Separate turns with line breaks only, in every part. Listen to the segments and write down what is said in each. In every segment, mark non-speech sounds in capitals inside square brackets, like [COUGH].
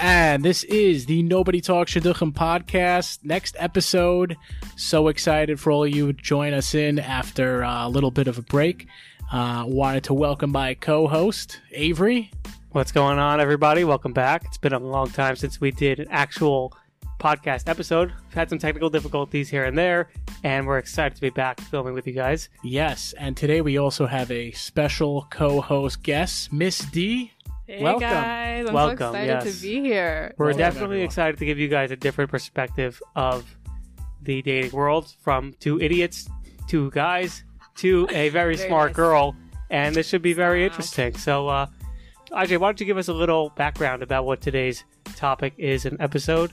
And this is the Nobody Talks Shaduchim podcast. Next episode. So excited for all you who join us in after uh, a little bit of a break. Uh, wanted to welcome my co host, Avery.
What's going on, everybody? Welcome back. It's been a long time since we did an actual podcast episode. We've had some technical difficulties here and there, and we're excited to be back filming with you guys.
Yes. And today we also have a special co host guest, Miss D.
Hey
Welcome.
guys, I'm
Welcome,
so excited
yes.
to be here.
We're
Welcome,
definitely
everyone.
excited to give you guys a different perspective of the dating world from two idiots, two guys, to a very,
Very
smart
nice.
girl, and this should be very
Wow.
interesting. So, uh, Ajay, why don't you give us a little background about what today's topic is and episode?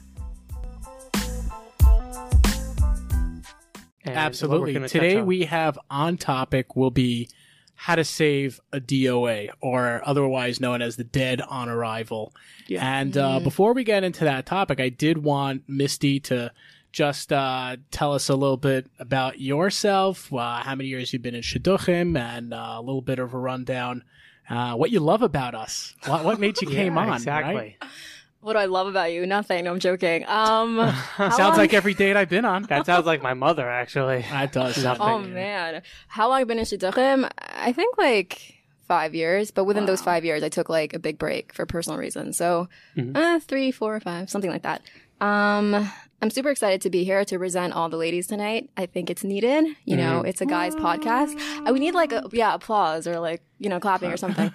And what we're
Absolutely.
gonna
Today
touch on.
we have on topic will be how to save a DOA or otherwise known as the dead on arrival.
Yeah. Mm-hmm.
And uh, before we get into that topic, I did want Misty to just uh, tell us a little bit about yourself, uh, how many years you've been in Shidduchim, and uh, a little bit of a rundown. Uh, what you love about us? What, what made you
[LAUGHS] Yeah,
came on?
exactly.
right?
What do I love about you? Nothing. I'm joking.
[LAUGHS]
Um, how
Sounds
long-
like every date I've been on.
That sounds like my mother, actually.
That does
Nothing.
Oh man, how long I've been in Shidduchim? I think like five years, but within those five years, I took like a big break for personal reasons. So
Mm-hmm.
uh, three, four, five, something like that. Um, I'm super excited to be here to present all the ladies tonight. I think it's needed. You know,
Mm-hmm.
it's a guys' podcast. I would need like a, yeah, applause or like you know, clapping or something.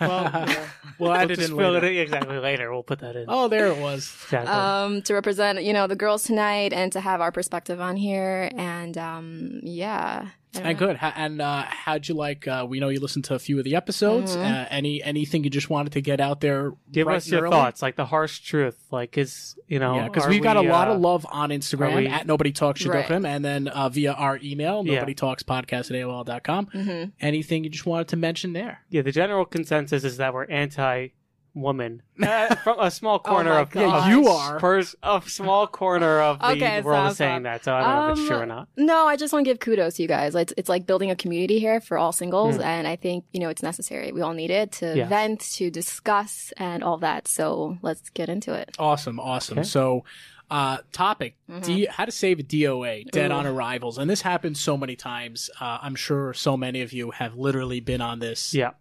We'll add
[LAUGHS] We'll
it
just
in
fill
later.
it in- exactly later. We'll put that in.
Oh, there it was.
exactly.
um, to represent you know the girls tonight and to have our perspective on here and um, yeah I don't
And
know.
good. How, and uh, how'd you like? Uh, we know you listened to a few of the episodes. Uh, any anything you just wanted to get out there?
Give
right
us
and
your
early?
thoughts, like the harsh truth, like is you know,
Yeah, because
are
we've got
we,
a lot
uh,
of love on Instagram
are we-
at Nobody Talks
Right.
Shidduchim, and then uh, via our email
Yeah.
Nobody Talks Podcast at AOL.com.
Mm-hmm.
Anything you just wanted to mention there?
Yeah, the general consensus is that we're [LAUGHS] anti-woman Uh, from a small corner
my
of
Yeah,
of-
you are.
pers- a small corner of the
Okay,
world
stop,
is saying
stop.
that. So I don't know if it's
Um,
true or not.
no I just want to give kudos to you guys it's, it's like building a community here for all singles and I think you know it's necessary we all need it to
Mm. Yes.
vent to discuss and all that so let's get into it Mm-hmm.
Awesome, awesome.
Okay.
So, uh, topic: D- how to save a DOA, dead on arrivals, and this happens so many times. Uh, I'm sure so many of you have literally been on this.
Yeah,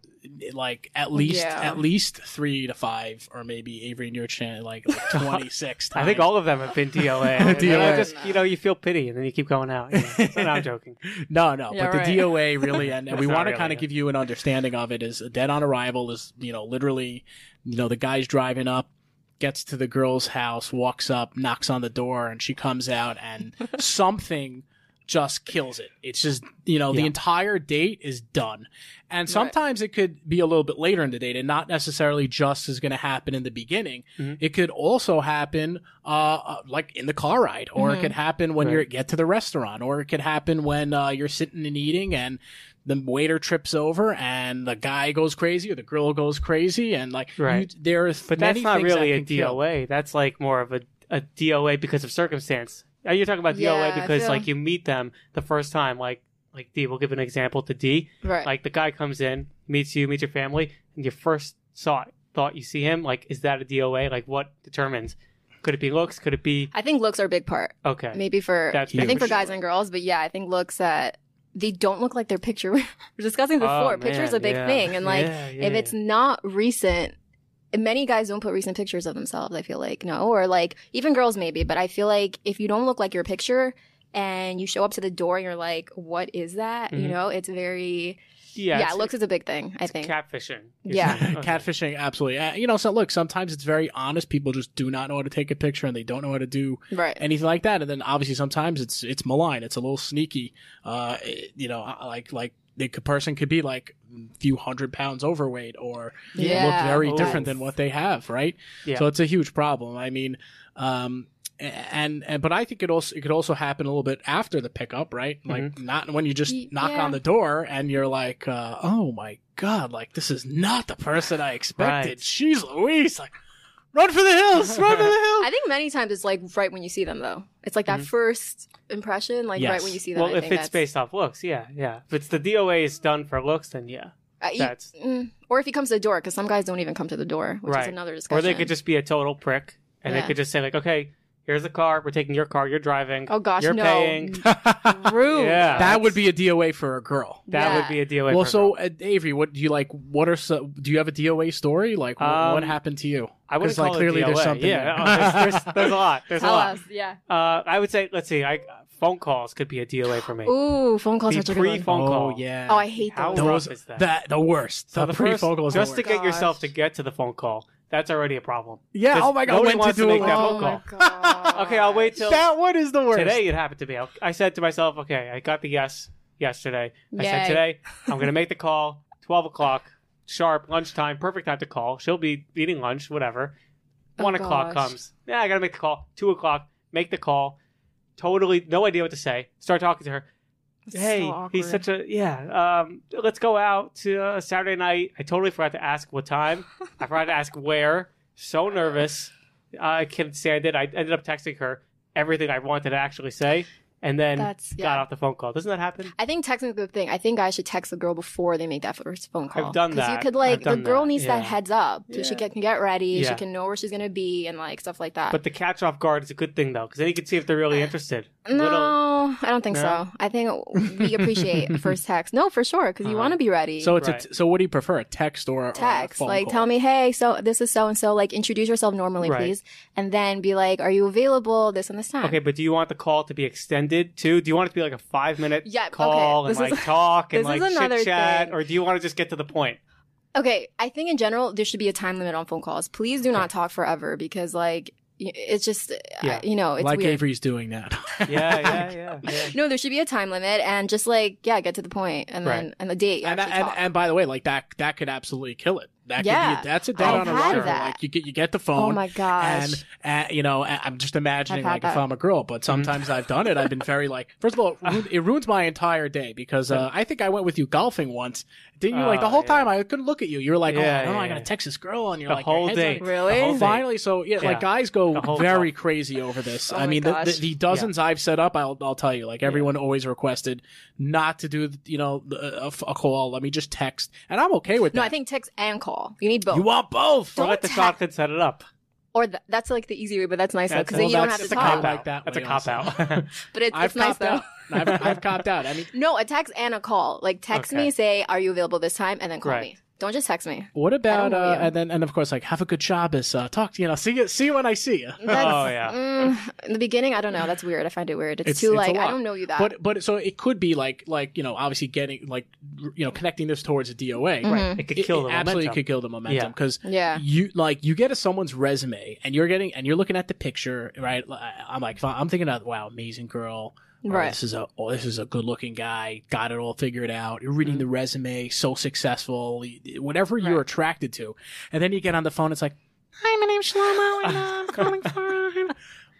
like at least
Yeah.
at least three to five, or maybe Avery and your channel like,
[LAUGHS]
twenty six.
I think all of them have been [LAUGHS] DOA. And then I
DOA.
just you know you feel pity and then you keep going out. You know? no, [LAUGHS] I'm joking.
no, no,
Yeah,
but
right.
the DOA
[LAUGHS]
really, and, and we
That's not
want to
really
kind of
it.
give you an understanding of it. Is dead on arrival is you know literally, you know the guy's driving up. Gets to the girl's house, walks up, knocks on the door, and she comes out,
[LAUGHS]
and something just kills it. It's just, you know, the
Yeah.
entire date is done. And sometimes it could be a little bit later in the date and not necessarily just is going to happen in the beginning.
Mm-hmm.
It could also happen, uh, uh, like in the car ride, or
Mm-hmm.
it could happen when you get to the restaurant, or it could happen when, uh, you're sitting and eating and the waiter trips over and the guy goes crazy or the girl goes crazy. And like,
Right.
you, there are
But that's not really a [LAUGHS] DOA. That's like more of a, a DOA because of circumstance. Are you talking about
Yeah,
DOA
I
because
feel-
like you meet them the first time? Like like D, we'll give an example to D.
right
Like the guy comes in, meets you, meets your family, and your first saw thought you see him. Like is that a DOA? Like what determines? Could it be looks? Could it be
I think looks are a big part
okay?
maybe for
That's
I think for
huge.
guys and girls, but yeah, I think looks that they don't look like their picture. [LAUGHS] We We're discussing before.
Oh,
Picture's
man,
a big
yeah.
thing, and like
Yeah,
if
yeah.
it's not recent, many guys don't put recent pictures of themselves. I feel like no, or like even girls maybe, but I feel like if you don't look like your picture and you show up to the door and you're like, "What is that?" You
Mhm.
know, it's very
yeah,
yeah.
it's-
looks is a big thing. I
it's
think
catfishing. you're
Yeah.
[LAUGHS]
saying. Okay.
[LAUGHS] Catfishing, absolutely. Uh, you know, so look, sometimes it's very honest. People just do not know how to take a picture and they don't know how to do
right.
anything like that. And then obviously sometimes it's it's malign. It's a little sneaky. Uh, it- you know, I- like like the c- person could be like a few hundred pounds overweight or
Yeah.
look very
Ooh.
different than what they have, right?
Oh, Yeah.
So it's a huge problem. I mean, um, a- and, and but I think it also it could also happen a little bit after the pickup, right? Like
Mm-hmm.
not when you just
Y-
knock
yeah.
on the door and you're like, uh, oh my god, like this is not the person I expected.
Right.
She's Louise, like run for the hills, run for the hills.
I
[LAUGHS]
think many times it's like right when you see them though. It's like that first impression, like
Yes.
right when you see them.
Mm-hmm. Well,
I
if
think
it's
that's-
based off looks, yeah, yeah. If it's the DOA is done for looks, then yeah,
Uh, you-
that's
Mm. Or if he comes to the door, because some guys don't even come to the door, which
right.
is another discussion.
Or they could just be a total prick and
Yeah.
they could just say like, okay, here's the car. We're taking your car. You're driving.
Oh gosh,
you're
no.
paying.
[LAUGHS]
[LAUGHS]
Rude.
Yeah.
That would be a DOA for a girl.
That would
Yeah.
be a deal.
Well, so uh, Avery, what do you like? What are so? Do you have a DOA story? Like, wh-
Um,
what happened to you?
I wouldn't
'Cause, like
call
clearly
it
there's
DOA.
something.
Yeah,
there.
no,
[LAUGHS]
there's, there's, there's a lot. There's a
Tell
lot.
us. Yeah.
Uh, I would say, let's see. I phone calls could be a DOA for me.
Ooh, phone calls
The
are such a good one.
pre-phone- Phone
oh
call.
yeah.
Oh, I hate
How
those.
rough
Those-
is that?
that the worst.
so
the
the
pre
first,
phone call is the
just to
worst.
get yourself
Gosh.
to get to the phone call, that's already a problem.
Yeah.
just-
Oh my god.
nobody
When to
wants to
do
make
it.
that
Oh
phone
my-
call. [LAUGHS] Okay, I'll wait till
That one is the worst.
today. It happened to me. I'll- I said to myself, okay, I got the yes yesterday. I said
Yay.
today I'm
[LAUGHS]
gonna make the call. Twelve o'clock sharp, lunchtime, perfect time to call. She'll be eating lunch, whatever.
Oh,
One o'clock
gosh.
comes. Yeah, I gotta make the call. Two o'clock, make the call. Totally, no idea what to say. Start talking to her. hey, he's such a yeah. Um, let's go out to uh, Saturday night. I totally forgot to ask what time. I forgot to ask where. So nervous. I can't stand it. I ended up texting her everything I wanted to actually say, and then
That's-
got
yeah.
off the phone call. Doesn't that happen?
I think texting is a good thing. I think I should text the girl before they make that first phone call.
I've done
Because you
that.
could
I've
like the
done
girl
that.
needs
Yeah.
that heads up. so
Yeah.
She can get ready.
Yeah.
She can know where she's gonna be and like stuff like that.
But the catch off guard is a good thing though, because then you can see if they're really interested.
Uh, no, I don't think
No?
so. I think we appreciate
[LAUGHS]
first text. No, for sure, because you
Uh-huh.
want to be ready.
So it's a
Right.
t- so. What do you prefer, a text or a,
text
Or a uh, phone
like
call?
tell me hey so this is so and so like introduce yourself normally
Right.
please and then be like are you available this and this time
Okay, but do you want the call to be extended too? Do you want it to be like a five minute
Yeah, okay.
call
This
and
is- [LAUGHS]
like talk and
this is
like
another
chit chat,
thing.
or do you want to just get to the point?
Okay, I think in general there should be a time limit on phone calls. Please do not talk forever because like y- it's just
Yeah.
I, you know it's
like
weird.
Avery's doing that.
[LAUGHS]
[LAUGHS]
Yeah, yeah, yeah.
[LAUGHS]
yeah.
no, there should be a time limit and just like yeah, get to the point and then and the date.
and,
actually
and
talk.
and by the way, like that that could absolutely kill it. That
Yeah.
could be, that's a dead
I've
on
had
arrival.
that.
Like you get you get the
oh
phone.
my gosh,
and uh, you know, I- I'm just imagining
I've had
like if
that.
I'm a girl, but sometimes I've done it. I've been very like, first of all,
[LAUGHS]
it ruined, it ruins my entire day because uh, I think I went with you golfing once. Didn't you? like the
Oh,
whole
yeah.
time I couldn't look at you. You were like,
Yeah,
oh, I don't know,
yeah,
I got to
yeah.
text this girl, and you're
The
like,
whole
your head's
day.
like-
The
really?
whole thing.
Finally, so yeah,
Yeah.
like guys
The
go
whole
very
thing.
crazy over this.
Oh
I
my
mean, the, the,
gosh.
the dozens I've set up, I'll I'll tell you. Like everyone always requested not to do, you know, the- a, a call. Let me just text, and I'm okay with
No,
that.
I think text and call. You need both,
you want both.
Or
Don't
let the
ta-
shotgun set it up.
or th- that's like the easy way, but that's nice because
That's-
then you
well,
don't
that's
have
It's
to
a
just
talk.
cop
like
out.
that
That's a
way
cop out.
But it's,
I've
it's nice
copped
though.
out. I've, I've copped out. I mean,
No, a text and a call. Like text
Okay.
me, say are you available this time, and then call
Right.
me. Don't just
[LAUGHS]
text me.
What about
know
uh,
you.
and then and of course like have a good Shabbos. Uh, talk to you know see you see you when I see you.
That's,
Oh, yeah.
mm, in the beginning, I don't know. That's weird. I find it weird. It's,
It's-
too
it's a
like I
lot.
don't know you that.
But but so it could be like like you know obviously getting like r- you know connecting this towards a DOA.
Right.
It could kill the
it absolutely
momentum.
could kill the momentum
Yeah.
because
Yeah.
you like you get a someone's resume and you're getting and you're looking at the picture right. Li- I'm like I'm thinking of wow amazing girl. Or
Right.
This is a oh, this is a good looking guy. Got it all figured out. You're reading the resume. So successful. Whatever you're
Mm-hmm. Right.
attracted to, and then you get on the phone. It's like, hi, my name's Shlomo,
[LAUGHS]
and uh, I'm calling for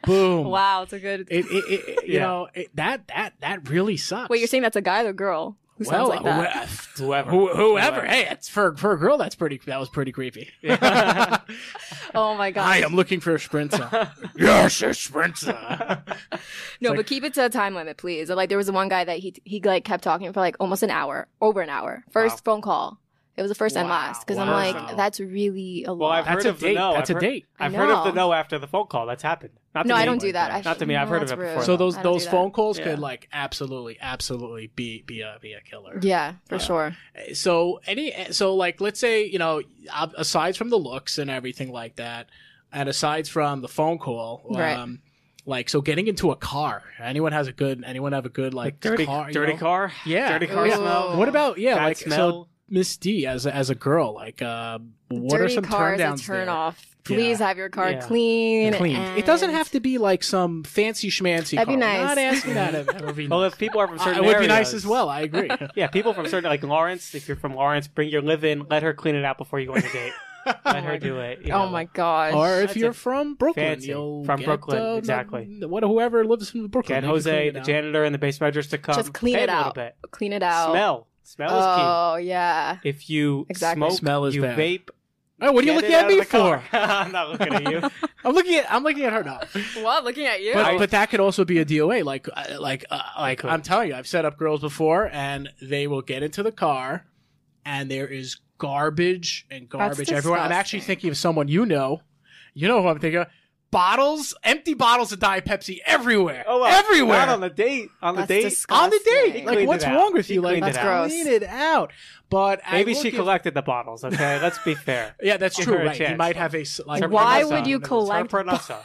boom.
Wow, it's a good.
um, It, it, it, it- you
Yeah.
know it, that that that really sucks.
Wait, you're saying that's a guy or a girl who sounds like that?
wh-
Whoever.
who- whoever.
Whoever.
Hey, that's for for a girl. That's pretty. That was pretty creepy. [LAUGHS]
Yeah.
oh my gosh.
I am looking for a
[LAUGHS]
sprinter. yes, a
[LAUGHS]
sprinter.
no, but keep it to a time limit, please. Like there was one guy that he he like kept talking for like almost an hour, over an hour. First phone call. It was the first and
Wow.
last because
Wow.
I'm like that's really a lot.
Well, I've
That's
heard
a
of the
date.
no.
That's
I've
a
heard-
date.
I've
I
heard of the
know.
no after the phone call. That's happened. Not to
No,
me.
I don't do that. I
Not to me.
sh-
I've
no,
heard of it
that's
before.
rude.
So those
I don't
those
do that.
phone calls
Yeah.
could like absolutely, absolutely be be a be a killer.
yeah, for sure.
So any so like let's say you know ob- aside from the looks and everything like that, and aside from the phone call, um,
Right.
Like so, getting into a car. Anyone has a good. Anyone have a good like
dirty,
car? you
dirty
know?
car.
Yeah.
dirty car
Ooh.
smell.
What about yeah?
Bad
like so,
smell.
Miss D as a, as a girl, like uh, what
Dirty
are some
car
turn
is a
downs?
turn off. Please have your car
Yeah.
clean.
Clean.
and-
It doesn't have to be like some fancy schmancy.
That'd be
car.
nice.
Not asking that. [LAUGHS] of- That would be,
Well, if people
[LAUGHS]
are from certain
it would be nice
areas-
as well. I
[LAUGHS]
agree.
Yeah, people from certain like Lawrence. If you're from Lawrence, bring your live in. Let her clean it out before you go on your date. let her do it. you
Oh
know.
my gosh.
Or if
That's
you're
a
from Brooklyn,
fancy-
you'll
from
get,
Brooklyn,
uh,
exactly.
What whoever lives in Brooklyn,
Get
they can clean
Jose,
it
the
out.
janitor, and the basement managers to come.
Just clean
Pay
it
a little
out.
bit.
clean it out.
Smell. Smell is
Oh yeah.
key. If you
Exactly.
smoke,
Smell is
you
bad.
vape.
Oh, what are you
get
looking
it
at
out of
me
the car.
for?
[LAUGHS] I'm not looking
[LAUGHS]
at you.
I'm looking at I'm looking at her now.
What? Looking at you?
But, but that could also be a DOA. Like uh, like uh, like
Could.
I'm telling you, I've set up girls before, and they will get into the car, and there is garbage and garbage everywhere. I'm actually
disgusting.
thinking of someone you know. You know who I'm thinking of. bottles, empty bottles of Diet Pepsi everywhere.
Oh, well,
everywhere.
Not on the date. On the
That's
date.
disgusting.
On the date.
She
like,
cleaned
what's
it out.
wrong with
She
you? Like,
cleaned it
That's out. gross.
clean it out. But I
Maybe
will
she
give-
collected the bottles. Okay, let's be fair.
Yeah, that's
Give
true.
her a
Right, he
chance.
might have a s- [LAUGHS] like.
It's her
Why
parnassa.
would you
It's her
collect-
parnassa.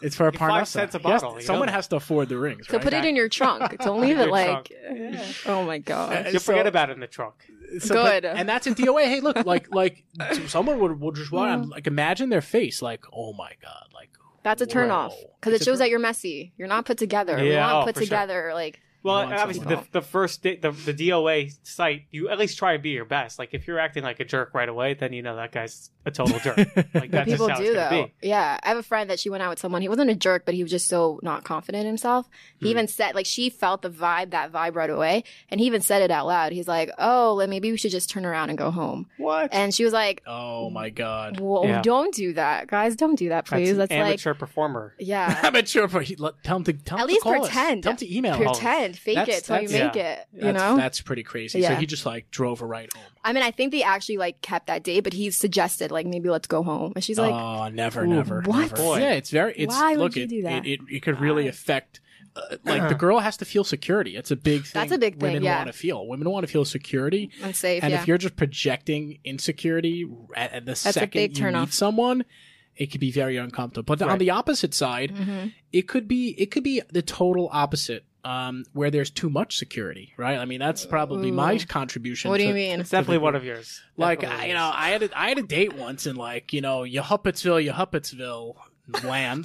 It's for a
Give five
parnassa.
cents a
He has
bottle, you
someone
know
has to afford the rings.
So
right?
put it in
[LAUGHS]
your trunk. Don't leave
Your
it like.
trunk.
Oh my god.
You'll forget
So-
about it in the trunk.
So, but-
Good.
and that's in DOA. Hey, look, like
[LAUGHS]
like so someone would would just
Mm.
want like imagine their face, like oh my god, like
That's a turn off
Wow.
because
It's a
it shows
turn-
that you're messy. You're not put together. you
Yeah,
want
oh,
put
for sure.
together. Like
Well,
Well,
and obviously, the,
it's-
the first day, the, the DOA site, you at least try and be your best. Like, if you're acting like a jerk right away, then you know that guy's a total jerk.
[LAUGHS]
Like,
[LAUGHS]
that's
people
just how
do
it's gonna
though.
be.
Yeah, I have a friend that she went out with someone. He wasn't a jerk, but he was just so not confident in himself. He
Hmm.
even said like she felt the vibe, that vibe right away, and he even said it out loud. He's like, "Oh, like, maybe we should just turn around and go home."
What?
And she was like,
oh my god. [LAUGHS]
"Well,
Yeah.
don't do that, guys. Don't do that,
That's
please."
an
That's, like,
amateur performer.
[LAUGHS]
yeah,
Amateur, but he, let, tell him to tell him
At
to
least
call us.
pretend.
Tell him to email. us.
pretend, fake
That's-
it till you
that's-
make it. You know,
that's pretty crazy. So
Yeah.
he just like drove her right home.
I mean, I think they actually like kept that date, but he suggested like maybe let's go home, and she's like,
oh, never,
Ooh,
never,
what?
never.
Boy.
Yeah, it's very. It's,
Why would
look,
you
it,
do that?
It, it, it could really affect. Uh, like
[CLEARS THROAT]
the girl has to feel security. It's a big thing.
That's a big thing,
Women
yeah.
want to feel. Women want to feel security.
"Unsafe."
and
yeah.
if you're just projecting insecurity at, at the
a
second
big
you
turn
meet
off.
someone, it could be very uncomfortable. But on
Right.
the opposite side,
Mhm.
it could be it could be the total opposite, um, where there's too much security, right? I mean, that's probably my contribution.
What do
to-
you mean?
It's definitely one of yours.
Like
Definitely
I,
one
you
of
know, I had a, I had a date once in like you know, you Huppetsville, you Huppetsville land,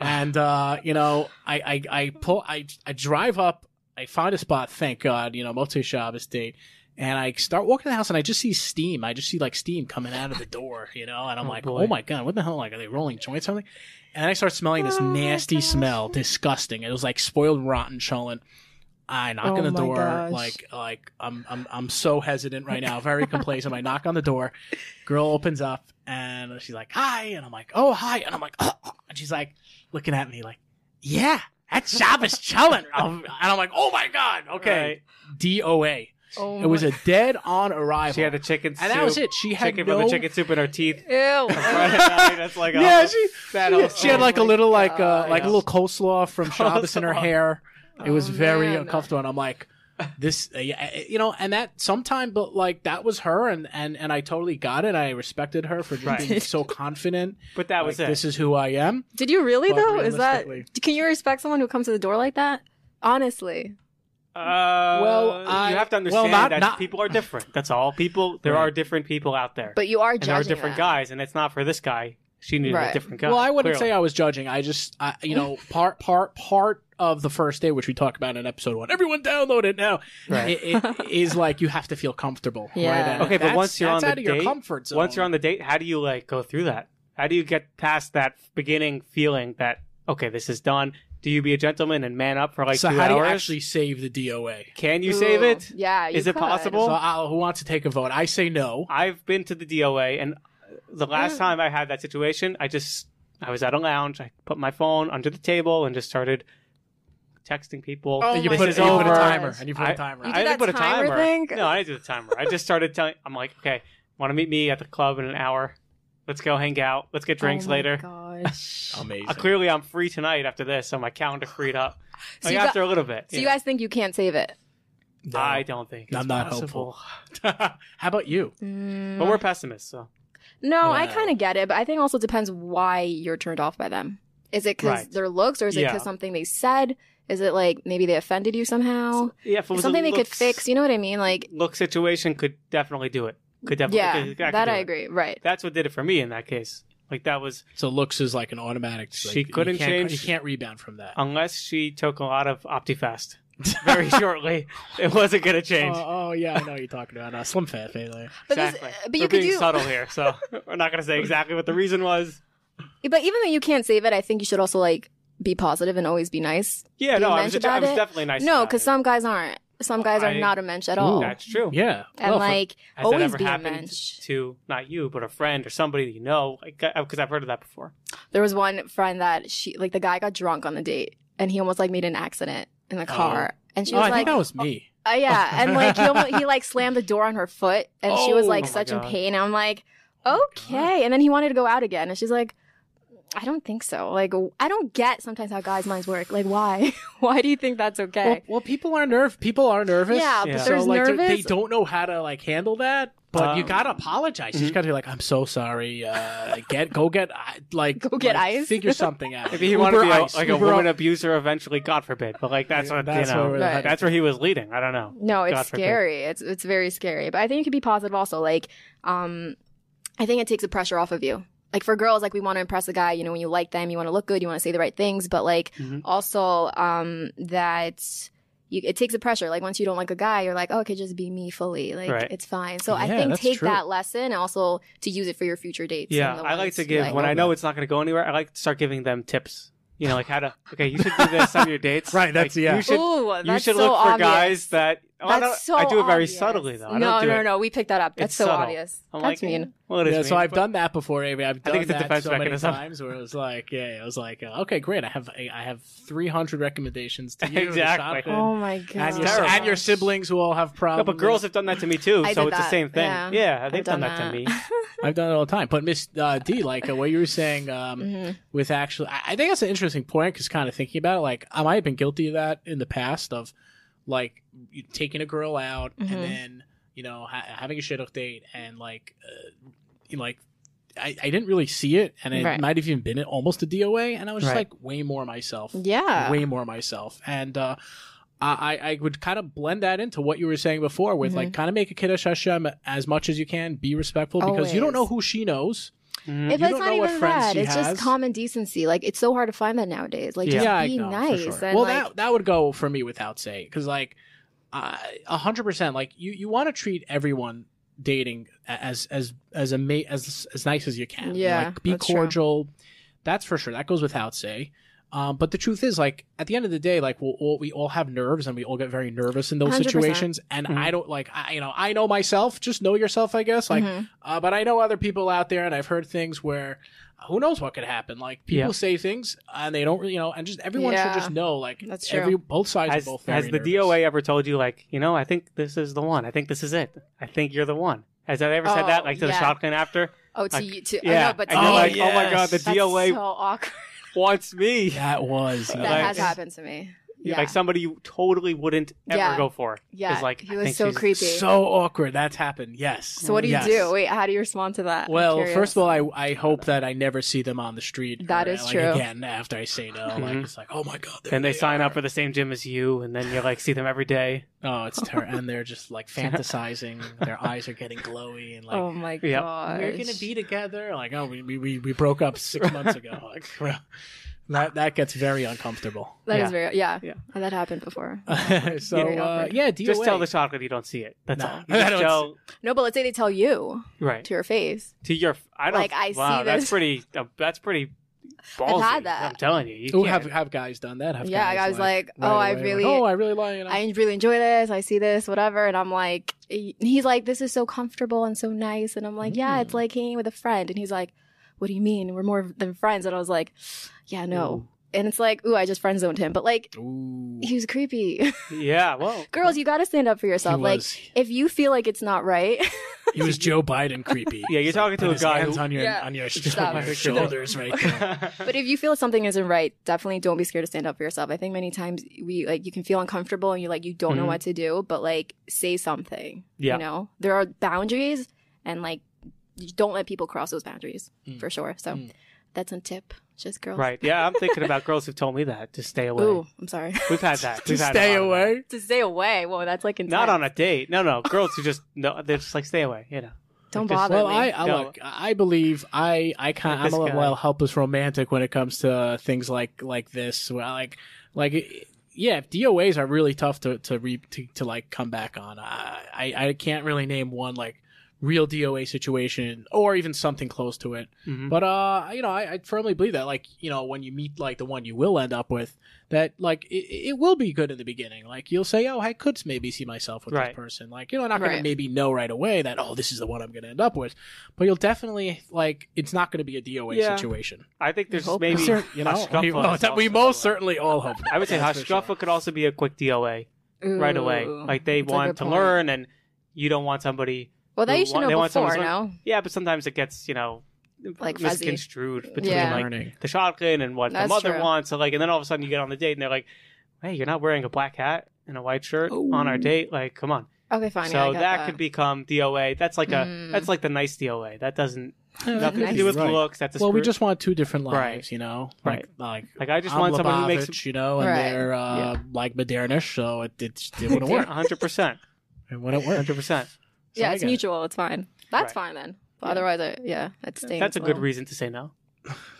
and uh, you know, I I, I pull I I drive up, I find a spot, thank God, you know, Mote Shabbos date. And I start walking to the house, and I just see steam. I just see like steam coming out of the door, you know. And I'm
Oh,
like,
boy.
"Oh my god, what the hell? Like, are they rolling joints or something?" And I start smelling this
Oh, my
nasty
gosh.
smell, disgusting. It was like spoiled, rotten cholent. I knock
Oh
on the
my
door,
gosh.
like like I'm I'm I'm so hesitant right now, very complacent. I knock on the door, girl opens up and she's like, "Hi," and I'm like, "Oh, hi," and I'm like, "Oh," oh," and she's like looking at me like, "Yeah, that Shabbos chilling," and I'm like, "Oh my god, okay, DOA."
oh,
It was
my-
a dead on
yours.
arrival,
She had a chicken soup.
and that was it. She had
Chicken
no
from the chicken soup in her teeth. [LAUGHS]
ew.
Friday night, That's like
yeah,
oh,
she,
that
she,
old
she had
story.
like a
Oh my
little like uh,
God.
like a little coleslaw
[LAUGHS]
from Shabbos in her
Coleslaw.
hair. [LAUGHS] It was
Oh,
very
man.
uncomfortable, and I'm
[LAUGHS]
like, this, uh, yeah, uh, you know, and that sometime, but like that was her, and and and I totally got it. I respected her for just
Right.
being so confident.
But [LAUGHS] that was
like,
it.
This is who I am.
Did you really
But
though? Is that
realistically-
can you respect someone who comes to the door like that? Honestly,
Uh,
Well, I-
you have to
well,
understand
not-
that
not-
people are different. That's all. People, there
Right.
are different people out there,
but you are
and there are
judging.
different
that.
guys, and it's not for this guy. She needed a
Right.
different guy.
well, I wouldn't say
clearly.
I was judging. I just, I, you know, part part part of the first day, which we talk about in episode one. Everyone download it now.
Right.
It, it is like you have to feel comfortable.
Yeah.
Right? And
Okay, but
that's-
once you're
that's
on the
out of your
date-
comfort zone,
Once you're on the date, how do you like go through that? How do you get past that beginning feeling that okay, this is done? Do you be a gentleman and man up for like
so
two
how do you
hours?
actually save the DOA?
Can you
Ooh,
save it?
Yeah. you
Is it
could. Oh
possible?
So I'll, who wants to take a vote? I say no.
I've been to the DOA, and the last
Mm.
time I had that situation, I just I was at a lounge. I put my phone under the table and just started texting people.
Oh
you
my
put,
this is
you
over.
put a timer,
gosh.
and you put a
I-
timer.
You
on.
do
I
that
didn't put a
timer
timer.
thing?
No, I didn't do the timer. I just started telling. I'm like, okay, want to meet me at the club in an hour? Let's go hang out. Let's get drinks
Oh my
later.
[LAUGHS] Gosh.
Amazing.
Uh, clearly, I'm free tonight after this, so my calendar freed up.
[LAUGHS] So
like
you got-
after a little bit.
so
yeah.
you guys think you can't save it?
No.
I [LAUGHS] don't think
I'm
it's
not
possible.
how about you?
Mm.
But we're pessimists, so
No, I
Wow.
kind of get it, but I think also depends why you're turned off by them. Is it because
Right.
their looks, or is it
Yeah.
because something they said? Is it like maybe they offended you somehow?
yeah, if it was a
something they could
looks-
fix. You know what I mean? Like,
look situation could definitely do it. Could definitely.
yeah,
could- could
that
do
I
it.
agree. Right.
That's what did it for me in that case. Like that was
So looks is like an automatic. it's like
She
you
couldn't
can't-
change-
You can't rebound from that.
unless she took a lot of Optifast [LAUGHS] very [LAUGHS] shortly, it wasn't gonna change.
Oh, oh, yeah, I know what you're talking about. Uh, slim fat fade. Like.
But this- uh,
exactly.
but you
We're
could
being
do-
subtle here, so
[LAUGHS]
we're not gonna say exactly what the reason was.
But even though you can't save it, I think you should also like be positive and always be nice.
Yeah,
Being
no, I
nice
was,
about
I was
it?
definitely nice.
no,
about
because
it.
some guys aren't. Some guys are
I-
not a mensch at all.
that's true.
Yeah.
And
Well, for-
like
Has that
always
ever
be a
happened
mensch.
to not you, but a friend or somebody that you know? Because I've heard of that before.
There was one friend that she like the guy got drunk on the date and he almost like made an accident in the car. And she
oh, I
was
think
like,
that was me.
Uh, yeah,
[LAUGHS]
and like he almost, he like slammed the door on her foot, and she was
Oh.
like
Oh my
such in
God.
pain. And I'm like,
Oh my God.
okay. And then he wanted to go out again, and she's like, I don't think so. Like, I don't get sometimes how guys' minds work. Like, why? [LAUGHS] why do you think that's okay?
Well, well people are nerve. People are nervous.
Yeah,
Yeah.
but
So
there's
like they're-
nervous.
they don't know how to like handle that. But you
Um,
gotta apologize. You just gotta be like, "I'm so sorry. Uh, get go get I- like
[LAUGHS] Go get
like,
ice."
Figure something out."
If he wanted to
Uber
be a,
ice,
like a
Uber
woman
ice.
abuser eventually, God forbid. But like that's
Yeah,
what
that's
you know,
where we're
Right.
that's where he was leading. I don't know.
No, it's
God forbid.
scary. It's it's very scary. But I think it could be positive also. Like, um, I think it takes the pressure off of you. Like for girls, like we want to impress a guy. You know, when you like them, you want to look good, you want to say the right things. But like
Mhm.
also um, that you, it takes the pressure. Like once you don't like a guy, you're like, oh, it could just be me fully. Like
Right.
it's fine. So I
Yeah,
think
that's
take
true.
that lesson and also to use it for your future dates.
Yeah,
and the
I like
ones
to
you
give
like.
when I know it's not going to go anywhere. I like to start giving them tips. You know, like how to. Okay, you should do this on your dates.
[LAUGHS] Right, that's-
Like,
yeah.
You should
Ooh,
you
that's
should
so
look for
obvious.
guys that. Oh, I, don't,
That's so
I do it very
obvious.
subtly though. I
no,
don't do
no,
it.
no. We picked that up. That's
It's
so
subtle.
obvious.
I'm
that's
like,
mean.
eh, Well, it is
Yeah, so
mean,
I've
but-
done that before, Amy. I've
I
done
think it's a
that
defense
so many
mechanism.
times where it was like, yeah, it was like, uh, okay, great, I have I have 300 recommendations
[LAUGHS]
to you, to
Exactly.
Shotgun,
Oh my god.
and, your,
terrible.
and your siblings who all have
No,
problems.
but girls have done that to me too.
I
so
did
it's the
that.
same thing.
Yeah.
they've
I've
done,
done
that, to
[LAUGHS]
me.
that.
I've done it all the time. But Miss uh, D, like uh, what you were saying, um,
Mhm.
with actually, I, I think that's an interesting point because kind of thinking about it, like I might have been guilty of that in the past of like you- taking a girl out
Mhm.
and then you know ha- having a shidduch date and like uh, you know, like I, I didn't really see it and it
Right.
might have even been almost a DOA and I was just
Right.
like way more myself
Yeah.
way more myself. And uh, I, I I would kind of blend that into what you were saying before with like
Mm-hmm.
kind of make a kiddush Hashem as much as you can, be respectful because you don't
Always.
know who she knows.
Mhm.
If
You
it's
don't
not
know what
even
friends
that,
she
it's
has.
just common decency. Like it's so hard to find that nowadays. Like just
I
be
know, for
nice.
sure.
And
well,
like,
that that would go for me without saying because like a hundred percent, like you you want to treat everyone dating a- as as as a ama- as as nice as you can.
Yeah,
like be
that's true.
cordial. That's for sure. That goes without say. Um, but the truth is, like at the end of the day, like we'll, all we all have nerves, and we all get very nervous in those
100%.
situations. And
Mhm.
I don't like, I, you know, I know myself. Just know yourself, I guess. Like,
Mhm.
uh, but I know other people out there, and I've heard things where uh, who knows what could happen. Like people
Yeah.
say things, and they don't, really, you know, and just everyone
Yeah.
should just know, like
That's true.
every both sides
Has,
are both.
has
very
the
nervous.
DOA ever told you, like, you know, I think this is the one. I think this is it. I think you're the one. Has that ever said
Oh,
that, like to the
yeah.
shotgun after?
oh, to
like,
you, to
yeah,
I know, but
and
to
you're
me,
like,
oh my God, the
yes.
that's
DOA
so
[LAUGHS]
awkward.
wants
[LAUGHS]
me.
That was
That
Like-
has happened to me. Yeah,
Like somebody you totally wouldn't ever
Yeah.
go for.
yeah.
It's like,
he
I
was
think
so
she's-
creepy. So,
so awkward. That's happened. Yes.
what do you
Yes.
do? Wait, how do you respond to that? I'm
Well,
curious.
first of all, I, I hope that I never see them on the street.
That
or,
is
like,
true.
Again, after I say no, like
Mhm.
it's like, oh my god. there
Then they sign
are.
up for the same gym as you, and then you like see them every day.
Oh, it's terrible. and they're just
[LAUGHS]
like fantasizing. Their eyes are getting glowy and like.
oh my
yeah.
god,
We're gonna be together. Like, oh, we we- we, we broke up six months ago. Like, [LAUGHS] well, that that gets very uncomfortable. [LAUGHS]
That
Yeah.
is very yeah.
Yeah.
That happened before.
so
Very
uh,
awkward.
yeah, DOA.
Just tell the shotgun you don't see it. That's
Nah. [LAUGHS]
all. You just
I don't
tell-
No, but let's say they tell you
right
to your face.
to your. I don't
Like, I see
wow, That's
this.
pretty. Uh, that's pretty. Ballsy.
had that.
I'm telling you. you
Ooh,
can't-
have have guys done that? Have
Yeah,
guys,
I was like,
right
oh, I
away, like,
really-
oh, I really like. You know?
I really enjoy this. I see this, whatever. And I'm like, he's like, this is so comfortable and so nice. And I'm like, yeah,
Mm.
it's like hanging with a friend. And he's like, what do you mean? We're more than friends. And I was like, yeah, no. And it's like, ooh, I just friend zoned him. But like,
Ooh.
[LAUGHS]
he was creepy. [LAUGHS]
yeah. Well,
Girls, you got to stand up for yourself.
He
Like,
was-
if you feel like it's not right,
He
[LAUGHS]
was Joe Biden creepy.
Yeah, you're
It's like,
talking to
put
a
his
guy
hands
who- [LAUGHS]
on your
Yeah.
on your,
Stop.
[LAUGHS] on your shoulders, right? there.
but if you feel something isn't right, definitely don't be scared to stand up for yourself. I think many times we like, you can feel uncomfortable and you like, you don't know
Mhm.
what to do, but like, say something.
Yeah.
You know, there are boundaries and like, you don't let people cross those boundaries
Mm.
for sure. So
Mm.
that's a tip. Just girls.
right. Yeah, I'm thinking about girls who've told me that to stay away.
Ooh, I'm sorry. [LAUGHS]
We've had [LAUGHS]
[LAUGHS]
that.
to
We've had a
stay
lot of that.
away.
to stay away. Whoa, that's like intense.
Not on a date. No, no. Girls who just no, they're just like stay away. You know. like
Don't
this-
bother
Well,
me.
I, I
No.
look. I believe I I kind
Like
I'm
this
a little
guy.
well helpless romantic when it comes to uh, things like like this. Well, like like it- yeah, DOA's are really tough to to re, to, to like come back on. I, I I can't really name one like real DOA situation or even something close to it.
Mhm.
But uh, you know, I, I firmly believe that like you know when you meet like the one you will end up with, that like it, it will be good in the beginning. Like you'll say, oh, I could maybe see myself with
Right.
this person. Like you know, I'm not gonna
Right.
maybe know right away that oh, this is the one I'm gonna end up with. But you'll definitely like it's not gonna be a DOA
Yeah.
situation.
I think there's
Hope-
maybe
Is there- you know,
Hashkafa
we,
is
well, that we
also
most
one.
certainly all hope.
I would say
That's for sure.
Hashkafa could also be a quick DOA right away.
Ooh,
Like they
that's a
want
good
to
point.
learn, and you don't want somebody.
Well, that
who
you should
want- they
know
want someone
before,
who's
no?
Yeah, but sometimes it gets you know
Like fuzzy.
misconstrued between
Yeah.
like
learning.
the shotgun and what
That's
the mother
true.
wants. So like, and then all of a sudden you get on the date and they're like, "Hey, you're not wearing a black hat and a white shirt on our
Oh.
date. Like, come on."
Okay, fine. yeah, I
so
got
that,
that
could become DOA. That's like a
Mm.
that's like the nice DOA. That doesn't nothing
Nice.
to do with
Right.
looks. That's a
Well, we
screw-
just want two different lives,
Right.
you know.
Right.
Like, like
like I just
I'm
want someone who makes
Lubavitch, you know, and
Right.
they're uh,
Yeah.
like modernish, so it it, just-
[LAUGHS]
it wouldn't work.
100 percent,
It wouldn't work.
100 percent.
So
yeah,
I
it's
get it.
mutual. It's fine. That's
Right.
fine then.
Yeah.
Otherwise, I, yeah, that stings.
That's a good
little.
reason to say no.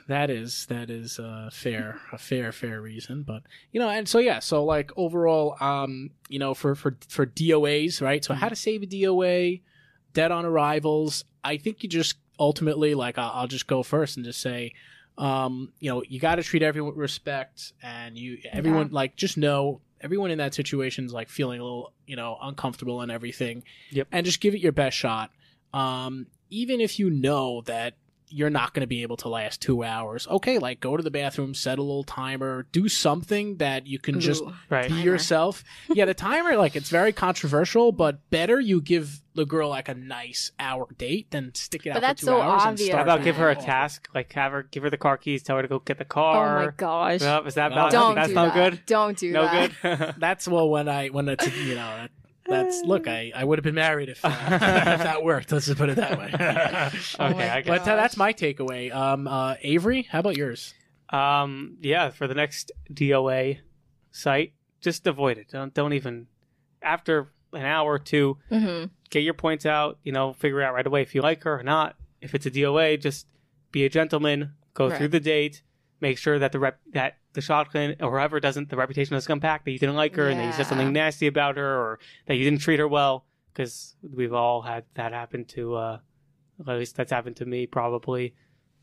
That is that is uh, fair, a fair, fair reason. But you know, and so yeah, so like overall, um, you know, for for for DOAs, right? So how to save a DOA, dead on arrivals. I think you just ultimately, like, I'll, I'll just go first and just say, um, you know, you got to treat everyone with respect, and you everyone like just know everyone in that situation's like feeling a little, you know, uncomfortable and everything.
Yep.
And just give it your best shot. Um, even if you know that you're not going to be able to last two hours. Okay, like go to the bathroom, set a little timer, do something that you can just
Ooh.
Right.
be
Timer.
yourself. yeah, the timer, like it's very controversial, but better you give the girl like a nice hour date than stick it
But
out
that's
for two
so
hours
obvious.
and
How
start.
about give her a
Oh.
task? Like have her give her the car keys, tell her to go get the
Oh my
car.
gosh!
Uh, is that
No,
not,
Don't
that's
do
not
that.
good?
Don't do
no
that.
good.
[LAUGHS]
That's well when I when it's you know that, that's look I I would have been married if, uh, [LAUGHS] if that worked. Let's just put it
[LAUGHS]
that way.
[LAUGHS] Oh
okay,
my
I
But
get.
uh, that's my takeaway. Um, uh, Avery, how about
[LAUGHS]
yours?
Um, yeah, for the next DOA site, just avoid it. Don't don't even after an hour or two,
Mm-hmm.
get your points out. You know, figure out right away if you like her or not. If it's a DOA, just be a gentleman. Go
Right.
through the date. Make sure that the rep that the shotgun or whoever doesn't the reputation doesn't come back that you didn't like her and that you said
Yeah.
something nasty about her or that you didn't treat her well because we've all had that happen to uh at least that's happened to me probably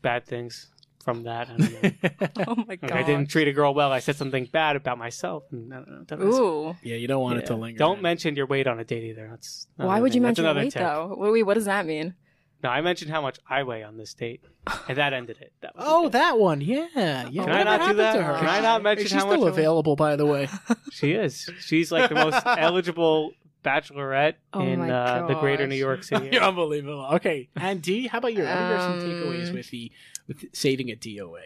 bad things from that. I
[LAUGHS]
don't know.
[LAUGHS] Oh my
Like,
god!
I didn't treat a girl well. I said something bad about myself. And, I don't know, that was-
Ooh.
yeah, you don't want it to
Yeah.
linger.
Don't
in.
mention your weight on a date either. That's another
Why would you
thing. That's
mention
another
weight
tip.
though? Wait, what does
[LAUGHS]
that mean?
No, I mentioned how much I weigh on this date, and that ended it. That was
Oh,
it.
that one. Yeah. yeah.
Can
I
Whatever
not do
happened
that?
To her?
Can
I not mention
She's
how much
still
I-
available, by the
[LAUGHS]
way.
she is. She's like
[LAUGHS]
the most eligible bachelorette
Oh
in
my
uh, the greater
gosh.
New
[LAUGHS]
York City.
You're unbelievable. Okay, and D, how about you? What are some
Um,
takeaways with the with saving a DOA?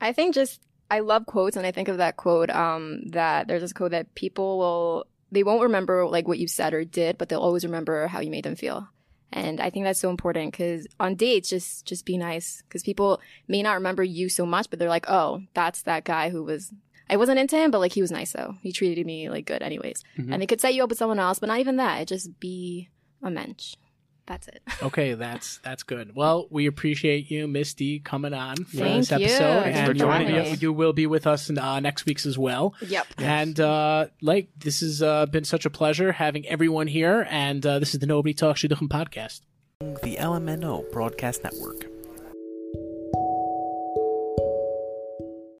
I think just I love quotes, and I think of that quote um, that there's this quote that people will they won't remember like what you said or did, but they'll always remember how you made them feel. And I think that's so important because on dates, just just be nice because people may not remember you so much, but they're like, oh, that's that guy who was. I wasn't into him, but like he was nice though. He treated me like good, anyways.
Mhm.
And they could set you up with someone else, but not even that. Just be a mensch. That's it.
Okay, that's that's good. Well, we appreciate you, Miss D, coming on for
Thank
this
you.
episode,
Thanks
and
for joining
you, will be-
us.
you will be with us in, uh, next week's as well.
[LAUGHS] Yep.
And uh, like this has uh, been such a pleasure having everyone here, and uh, this is the Nobody Talks Shidduchim podcast.
The LMNO Broadcast Network.